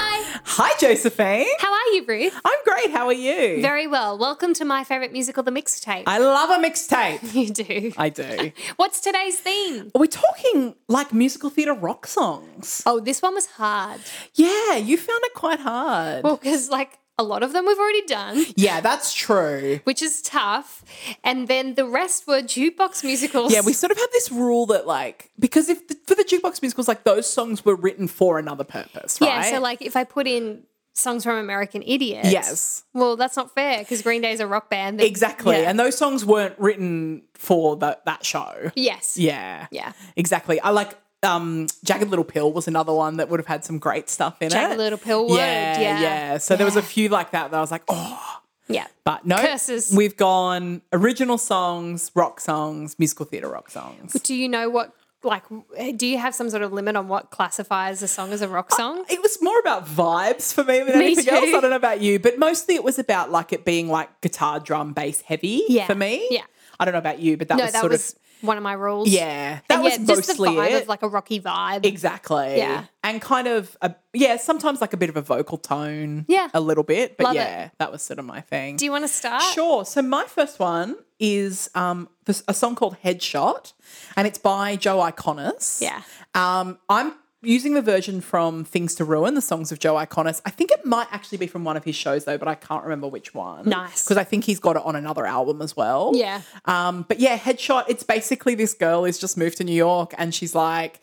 Hi, Josephine. How are you, Ruth? I'm great. How are you? Very well. Welcome to my favourite musical, The Mixtape. I love a mixtape. you do. I do. What's today's theme? We're talking like musical theatre rock songs. Oh, this one was hard. Yeah, you found it quite hard. Well, because like a lot of them we've already done, yeah, that's true. which is tough. And then the rest were jukebox musicals. Yeah, we sort of had this rule that like because if the, for the jukebox musicals, like those songs were written for another purpose, right? Yeah, so like if I put in songs from American Idiot. Yes. Well, that's not fair because Green Day is a rock band. that- exactly, Yeah. and those songs weren't written for that that show. yes. Yeah, Yeah. exactly. I like um Jagged Little Pill was another one that would have had some great stuff in it. Jagged Little Pill would. Yeah. yeah, So there was a few like that that I was like, oh, Yeah. but no. Curses. We've gone original songs, rock songs, musical theatre rock songs. Do you know what? Like, do you have some sort of limit on what classifies a song as a rock song? It was more about vibes for me than Me anything too. else. I don't know about you, but mostly it was about like it being like guitar, drum, bass heavy Yeah. for me. Yeah. I don't know about you, but that No, was that sort was of one of my rules. yeah. That and was yeah, mostly just the vibe it. of like a rocky vibe. exactly. Yeah. And kind of a, yeah, sometimes like a bit of a vocal tone. Yeah. A little bit, but Love it. yeah, that was sort of my thing. Do you want to start? Sure. So my first one is um, this, a song called Headshot, and it's by Joe Iconis. Yeah. Um, I'm using the version from Things to Ruin, the songs of Joe Iconis. I think it might actually be from one of his shows though, but I can't remember which one. Nice. Because I think he's got it on another album as well. Yeah. Um, but yeah, Headshot. It's basically this girl who's just moved to New York, and she's like,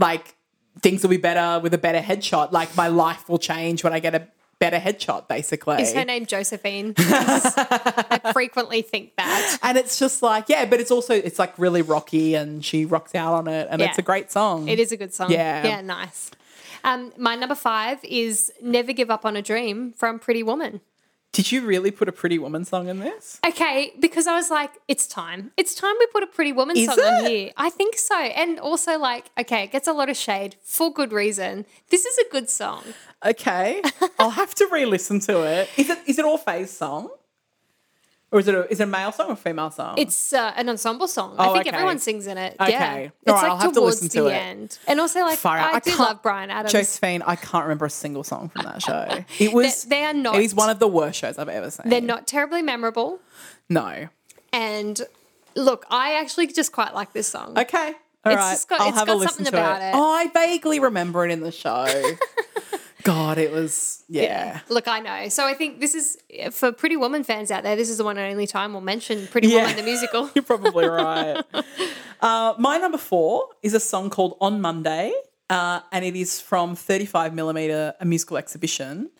like things will be better with a better headshot. Like my life will change when I get a better headshot. Basically. Is her name Josephine? 'Cause I frequently think that. And it's just like, yeah, but it's also it's like really rocky and she rocks out on it and Yeah. it's a great song. It is a good song. Yeah. Yeah, nice. Um, my number five is Never Give Up on a Dream from Pretty Woman. Did you really put a pretty woman song in this? Okay, because I was like, it's time. It's time we put a Pretty Woman Is song on it? here. I think so. And also, like, okay, it gets a lot of shade for good reason. This is a good song. Okay. I'll have to re-listen to it. Is it is it all phase song? Or is it a, is it a male song or female song? It's uh, an ensemble song. I Oh, think okay. everyone sings in it. Okay. Yeah. All it's right, like I'll have to towards listen to the it. end. And also like Far out. I, I do can't- love Brian Adams. Josephine, I can't remember a single song from that show. It was they are not- It is one of the worst shows I've ever seen. They're not terribly memorable. No. And look, I actually just quite like this song. Okay. all It's right. just got- I'll it's have got a listen something to about it. it. Oh, I vaguely remember it in the show. God, it was yeah. Look, I know. So I think this is for Pretty Woman fans out there. This is the one and only time we'll mention Pretty Yeah. Woman the musical. You're probably right. uh, my number four is a song called On Monday, uh, and it is from 35 Millimeter, a musical exhibition.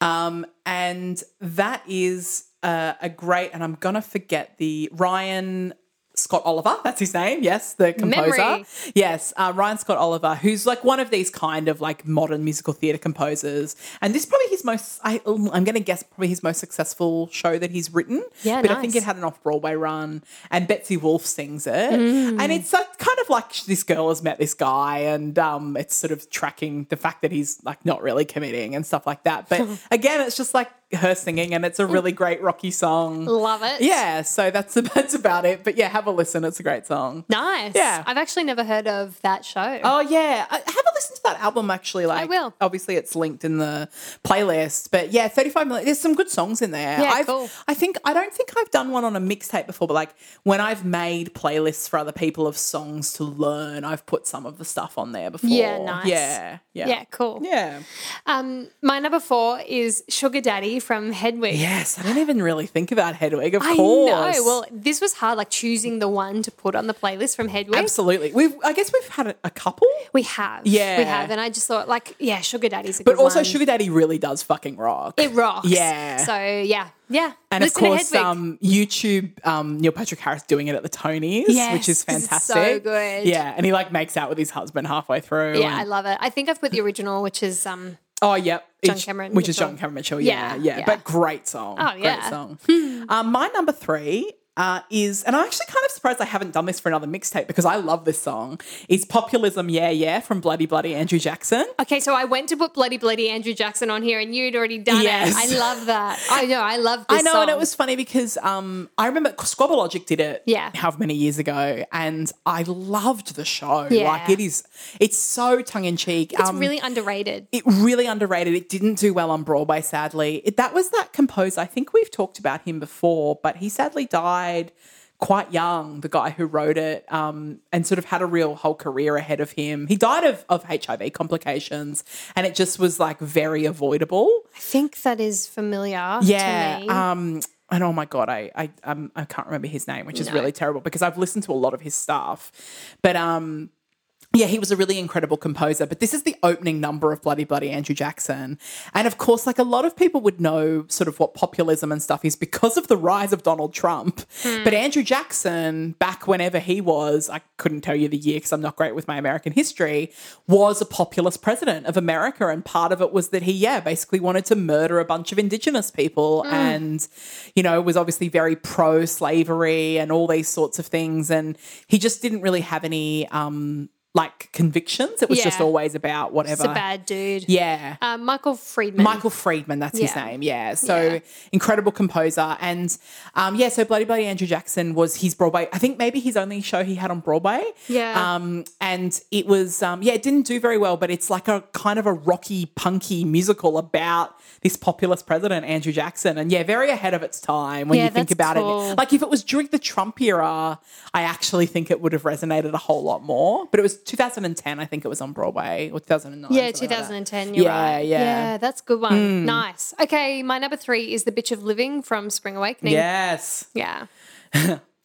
Um, and that is uh, a great, and I'm going to forget the Ryan Scott Oliver, that's his name, yes, the composer. Memory. Yes, uh, Ryan Scott Oliver, who's like one of these kind of like modern musical theatre composers. And this is probably his most, I, I'm going to guess, probably his most successful show that he's written. Yeah, but I think nice. it had an off Broadway run, and Betsy Wolf sings it, Mm. and it's like, kind of like this girl has met this guy, and um, it's sort of tracking the fact that he's like not really committing and stuff like that. But again, it's just like her singing, and it's a really great rocky song. Love it. Yeah, so that's that's about it. But yeah, have a listen; it's a great song. Nice. Yeah. I've actually never heard of that show. Oh yeah, I- have a listen to that album. Actually, like will. Obviously, it's linked in the playlist, but yeah, thirty-five million. There's some good songs in there. Yeah, I've, cool. I think I don't think I've done one on a mixtape before, but like when I've made playlists for other people of songs to learn, I've put some of the stuff on there before. Yeah, nice. Yeah, yeah, yeah, cool. yeah. Um, my number four is Sugar Daddy from Hedwig. Yes, I didn't even really think about Hedwig. Of I course. know. Well, this was hard, like choosing the one to put on the playlist from Hedwig. absolutely. We've. I guess we've had a, a couple. We have. Yeah. We have. And I just thought, like, yeah, Sugar Daddy's a But good also, one. Sugar Daddy really does fucking rock. It rocks. Yeah. So, yeah. Yeah. And Listen of course, to Hedwig. um, YouTube um, Neil Patrick Harris doing it at the Tonys, Yes, which is 'cause it's so fantastic. good. Yeah, and he like makes out with his husband halfway through. yeah, I and- love it. I think I've put the original, which is um oh yep, John It's- Cameron which is Mitchell. John Cameron Mitchell. Yeah, Yeah, yeah, yeah. but great song. Oh, great yeah. song. um, my number three uh, is, and I'm actually kind of surprised I haven't done this for another mixtape because I love this song. Is Populism Yeah Yeah from Bloody Bloody Andrew Jackson. Okay, so I went to put Bloody Bloody Andrew Jackson on here and you'd already done Yes. it. I love that. I know, I love this I know, and it song. was funny because um, I remember Squabblelogic did it, Yeah. however many years ago, and I loved the show. Yeah. Like it is, it's so tongue in cheek. It's really underrated. it really underrated. It didn't do well on Broadway, sadly. It, that was that composer. I think we've talked about him before, but he sadly died quite young. The guy who wrote it, um, and sort of had a real whole career ahead of him. He died of of HIV complications, and it just was like very avoidable. I think that is familiar Yeah. to me. Um, and oh my god, I I um, I can't remember his name, which is really terrible because I've listened to a lot of his stuff, but um. Yeah, he was a really incredible composer, but this is the opening number of Bloody Bloody Andrew Jackson. And of course, like a lot of people would know sort of what populism and stuff is because of the rise of Donald Trump. But Andrew Jackson, back whenever he was, I couldn't tell you the year because I'm not great with my American history, was a populist president of America. And part of it was that he, yeah, basically wanted to murder a bunch of indigenous people and, you know, was obviously very pro slavery and all these sorts of things. And he just didn't really have any, um, like convictions. It was just Yeah. always about whatever. it's a bad dude. yeah. Uh, Michael Friedman. Michael Friedman, that's his Yeah. name. Yeah. So Yeah. incredible composer. And um, yeah, so Bloody Bloody Andrew Jackson was his Broadway, I think maybe his only show he had on Broadway. Yeah. Um, and it was, um, yeah, it didn't do very well, but it's like a kind of a rocky, punky musical about this populist president, Andrew Jackson. And yeah, very ahead of its time when Yeah, you think that's about cool. it. Like if it was during the Trump era, I actually think it would have resonated a whole lot more. But it was 2010, I think it was on Broadway or 2009. yeah, something like that. 2010. You're Yeah, right. yeah. Hmm. that's a good one. Nice. Okay, my number three is The Bitch of Living from Spring Awakening. Yes. Yeah.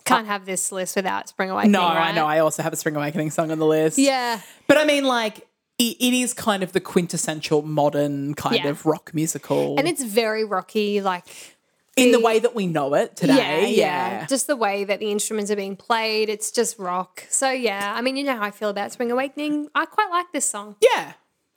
Can't have this list without Spring Awakening. No, I right? know. I also have a Spring Awakening song on the list. Yeah. But I mean, like, it, it is kind of the quintessential modern kind Yeah. of rock musical. And it's very rocky, like in the way that we know it today. yeah, yeah, Just the way that the instruments are being played, it's just rock. So yeah, I mean, you know how I feel about Spring Awakening. I quite like this song. Yeah,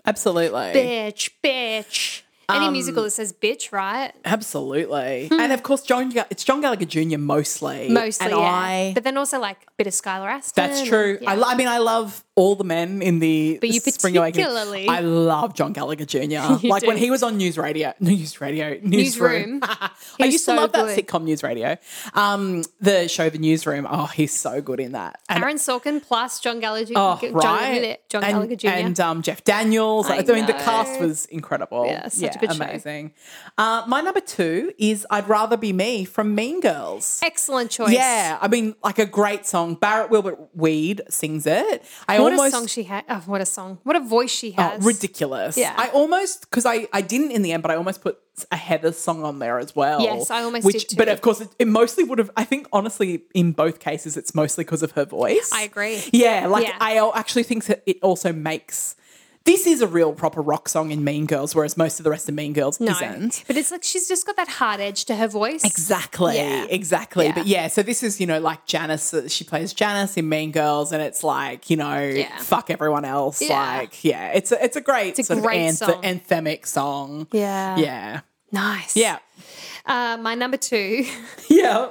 Absolutely. Bitch, bitch. Um, Any musical that says bitch, right? Absolutely. And of course, John, Ga- it's John Gallagher Jr. mostly. Hmm. Mostly, And yeah. I. but then also like a bit of Skylar Aston. That's true. Yeah. I, lo- I mean, I love all the men in the But you Spring Awakening. particularly- I love John Gallagher Jr. like do. when he was on News Radio, News Radio, Newsroom. Newsroom. I was used to so love that good. sitcom News Radio. Um, the show The Newsroom. Oh, he's so good in that. And Aaron Sorkin plus John Gallagher, oh, John, right. John and, Gallagher Jr. and um, Jeff Daniels. I, I mean, the know. cast was incredible. Yeah, such a good show. amazing. Uh, my number two is "I'd Rather Be Me" from Mean Girls. Excellent choice. Yeah, I mean, like a great song. Barrett Wilbert Weed sings it. I What almost a song she had. Oh, what a song. What a voice she Oh, has. ridiculous. Yeah. I almost because I I didn't in the end, but I almost put a Heather song on there as well. Yes, I almost which, did too. But of course, it, it mostly would have. I think honestly, in both cases, it's mostly because of her voice. I agree. Yeah, like Yeah. I al- actually think that it also makes. This is a real proper rock song in Mean Girls, whereas most of the rest of Mean Girls No. isn't. But it's like she's just got that hard edge to her voice. Exactly, Yeah. exactly. Yeah. But yeah, so this is, you know, like Janice, uh, she plays Janice in Mean Girls, and it's like, you know, Yeah. fuck everyone else. Yeah. Like, yeah, it's a, it's a great a sort great of song. anth- anthemic song. Yeah. Yeah. Nice. Yeah. Uh, my number two Yeah.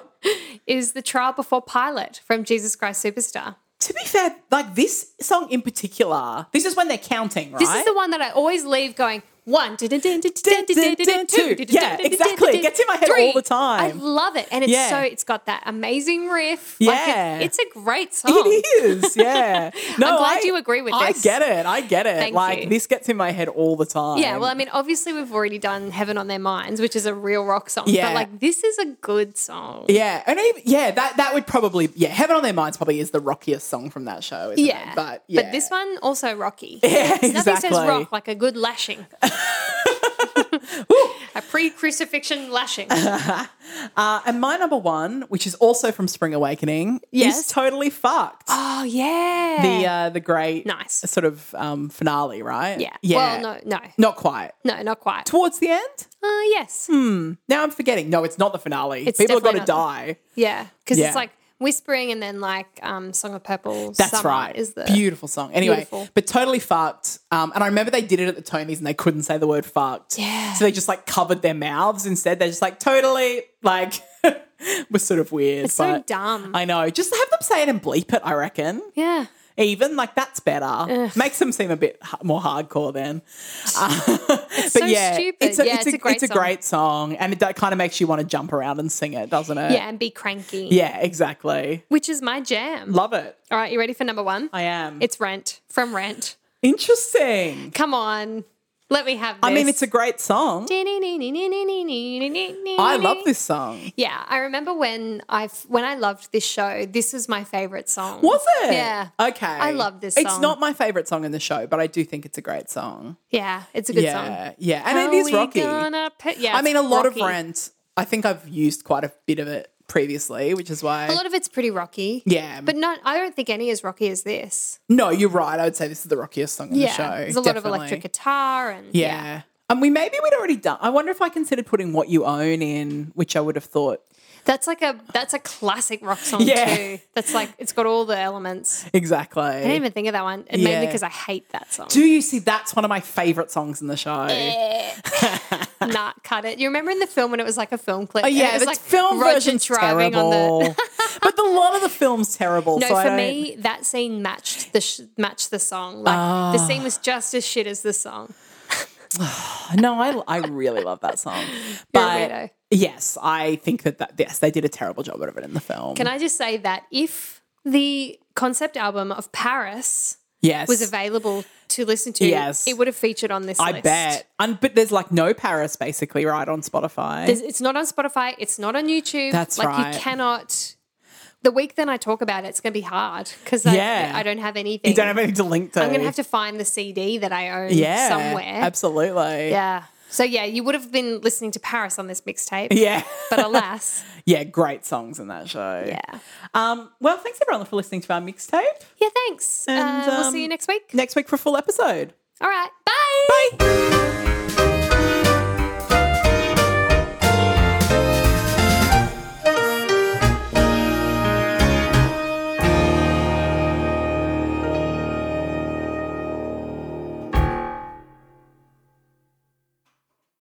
is The Trial Before Pilot from Jesus Christ Superstar. To be fair, like this song in particular, this is when they're counting, right? This is the one that I always leave going one, dun, dun, dun, dun, dun, dun, dun, dun, dun, Two. two, dun, dun, Yeah, dun, dun, dun, exactly. dun, It gets in my head all three. the time. I love it, and it's Yeah. so it's got that amazing riff. like Yeah. it, it's a great song. It is, yeah. No, glad you agree with I this. get it. I get it. Thank like you. this gets in my head all the time. Yeah, well, I mean, obviously we've already done "Heaven on Their Minds," which is a real rock song. Yeah. but like this is a good song. Yeah, and even, yeah, that that would probably yeah, Heaven on Their Minds probably is the rockiest song from that show. Isn't Yeah, it? but yeah, this one also rocky. yeah, Nothing exactly. says rock like a good lashing. a pre-crucifixion lashing. Uh, and my number one, which is also from Spring Awakening, is Yes. totally fucked. Oh yeah. The uh, the great Nice. sort of um, finale, right? yeah. yeah. Well, no, no, not quite. no, not quite. Towards the end. Uh, yes. Hmm. Now I'm forgetting. No, it's not the finale. It's People have got to definitely not die. Yeah, because Yeah. it's like whispering and then like um, Song of Purple. That's Summer right. Is the beautiful song. Anyway, Beautiful. but totally fucked. Um, and I remember they did it at the Tonys and they couldn't say the word fucked. Yeah. So they just like covered their mouths instead. They're just like totally like was sort of weird. It's so but dumb. I know. Just have them say it and bleep it, I reckon. yeah. Even like that's better. Makes them seem a bit h- more hardcore then. Uh, but so yeah, stupid. it's a, Yeah, it's, a, great it's a song. great song, and it that kind of makes you want to jump around and sing it, doesn't it? Yeah, and be cranky. uh, Yeah, exactly. Which is my jam. Love it. All right, you ready for number one? I am. It's Rent from Rent. interesting. Come on. Let me have this. I mean, it's a great song. I I love this song. Yeah, I remember when I when I loved this show. This was my favorite song. Was it? Yeah. Okay. I love this It's song. not my favorite song in the show, but I do think it's a great song. Yeah, it's a good yeah. song. Yeah. And Are it is we rocky. gonna pe- yeah, I mean, a it's lot rocky. of Rent, I think I've used quite a bit of it previously, which is why. A lot of it's pretty rocky. yeah. But not, I don't think any as rocky as this. no, you're right. I would say this is the rockiest song in Yeah, the show. there's a lot of electric definitely. guitar and Yeah. And we maybe we'd already done. I wonder if I considered putting "What You Own" in, which I would have thought that's like a that's a classic rock song Yeah. too. That's like it's got all the elements. exactly. I didn't even think of that one, and mainly Yeah. because I hate that song. Do you see? That's one of my favorite songs in the show. Not cut it. You remember in the film when it was like a film clip? Oh yeah, and it was but like it's film Roger version's driving on the- terrible. but the lot of the film's terrible. No, so I for don't- me, that scene matched the sh- matched the song. Like the Ah. scene was just as shit as the song. no, I, I really love that song. You're a But weirdo. yes, I think that, that yes, they did a terrible job of it in the film. Can I just say that if the concept album of Paris yes, was available to listen to, Yes. it would have featured on this. I list. bet. And but there's like no Paris basically, right on Spotify. There's- it's not on Spotify. It's not on YouTube. That's like right. you cannot. The week that I talk about it, it's going to be hard because Yeah. I, I don't have anything. you don't have anything to link to. I'm going to have to find the CD that I own yeah, somewhere. Absolutely. Yeah. So yeah, you would have been listening to Paris on this mixtape. Yeah. But alas, yeah, great songs in that show. yeah. Um, well, thanks everyone for listening to our mixtape. Yeah, thanks. And, uh, we'll um, see you next week. Next week for a full episode. All right. Bye. Bye.